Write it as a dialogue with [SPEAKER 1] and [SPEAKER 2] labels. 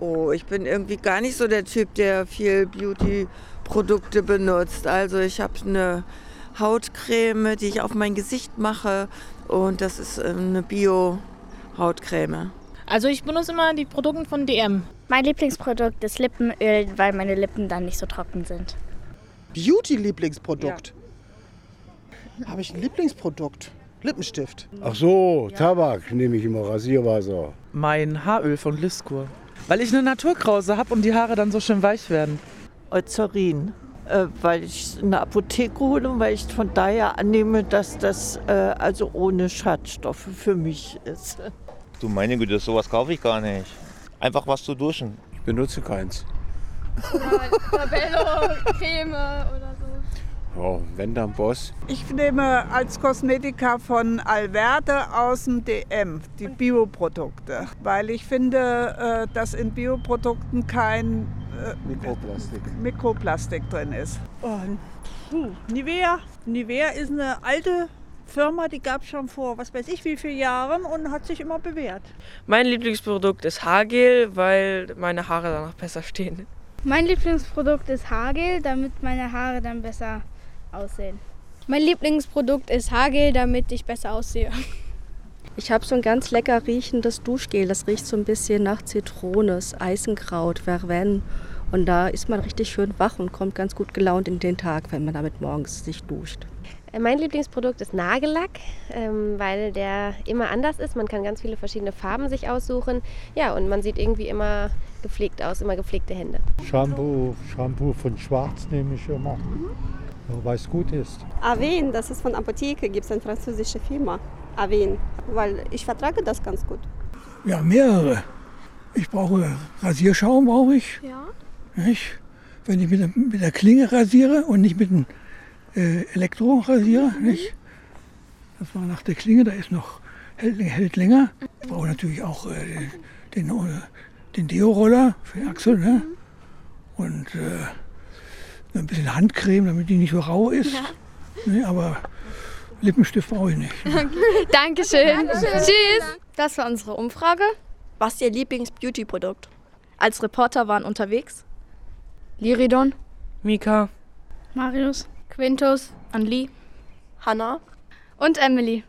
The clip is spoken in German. [SPEAKER 1] Oh, ich bin irgendwie gar nicht so der Typ, der viel Beauty-Produkte benutzt. Also ich habe eine Hautcreme, die ich auf mein Gesicht mache und das ist äh, eine Bio-Hautcreme.
[SPEAKER 2] Also ich benutze immer die Produkte von DM.
[SPEAKER 3] Mein Lieblingsprodukt ist Lippenöl, weil meine Lippen dann nicht so trocken sind.
[SPEAKER 4] Beauty-Lieblingsprodukt? Habe ich ein Lieblingsprodukt? Lippenstift.
[SPEAKER 5] Ach so, Tabak nehme ich immer, Rasierwasser.
[SPEAKER 6] Mein Haaröl von Liskur. Weil ich eine Naturkrause habe und die Haare dann so schön weich werden.
[SPEAKER 7] Eucerin, äh, weil ich es in der Apotheke hole und weil ich von daher annehme, dass das äh, also ohne Schadstoffe für mich ist.
[SPEAKER 8] Du meine Güte, sowas kaufe ich gar nicht. Einfach was zu duschen.
[SPEAKER 5] Ich benutze keins.
[SPEAKER 9] Labello, Creme oder so.
[SPEAKER 5] Ja, wenn dann Boss.
[SPEAKER 10] Ich nehme als Kosmetika von Alverde aus dem DM die Bioprodukte, weil ich finde, äh, dass in Bioprodukten kein
[SPEAKER 5] Mikroplastik.
[SPEAKER 10] äh, Mikroplastik drin ist.
[SPEAKER 11] Und, puh, Nivea. Nivea ist eine alte Firma, die gab es schon vor was weiß ich wie vielen Jahren und hat sich immer bewährt.
[SPEAKER 12] Mein Lieblingsprodukt ist Haargel, weil meine Haare danach besser stehen.
[SPEAKER 3] Mein Lieblingsprodukt ist Haargel, damit meine Haare dann besser aussehen.
[SPEAKER 9] Mein Lieblingsprodukt ist Haargel, damit ich besser aussehe.
[SPEAKER 13] Ich habe so ein ganz lecker riechendes Duschgel. Das riecht so ein bisschen nach Zitrone, Eisenkraut, Verven. Und da ist man richtig schön wach und kommt ganz gut gelaunt in den Tag, wenn man damit morgens sich duscht.
[SPEAKER 14] Mein Lieblingsprodukt ist Nagellack, ähm, weil der immer anders ist. Man kann ganz viele verschiedene Farben sich aussuchen. Ja, und man sieht irgendwie immer gepflegt aus, immer gepflegte Hände.
[SPEAKER 15] Shampoo, Shampoo von Schwarz nehme ich immer, nur weil es gut ist.
[SPEAKER 16] Aven, das ist von Apotheke, gibt es eine französische Firma. Aven, weil ich vertrage das ganz gut.
[SPEAKER 17] Ja, mehrere. Ich brauche Rasierschaum, brauche ich.
[SPEAKER 9] Ja.
[SPEAKER 17] Nicht? Wenn ich mit der, mit der Klinge rasiere und nicht mit dem äh, Elektrorasierer, nicht? Das war nach der Klinge, da ist noch hält, hält länger. Ich brauche natürlich auch äh, den, den, äh, den Deo-Roller für den Achsel, ne? Und äh, ein bisschen Handcreme, damit die nicht so rau ist. Ne? Aber Lippenstift brauche ich nicht.
[SPEAKER 9] Dankeschön. Tschüss. Das war unsere Umfrage.
[SPEAKER 13] Was ist Ihr Lieblings-Beauty-Produkt? Als Reporter waren unterwegs.
[SPEAKER 9] Liridon,
[SPEAKER 12] Mika.
[SPEAKER 9] Marius, Quintus, Anli
[SPEAKER 13] Hanna.
[SPEAKER 9] und Emily.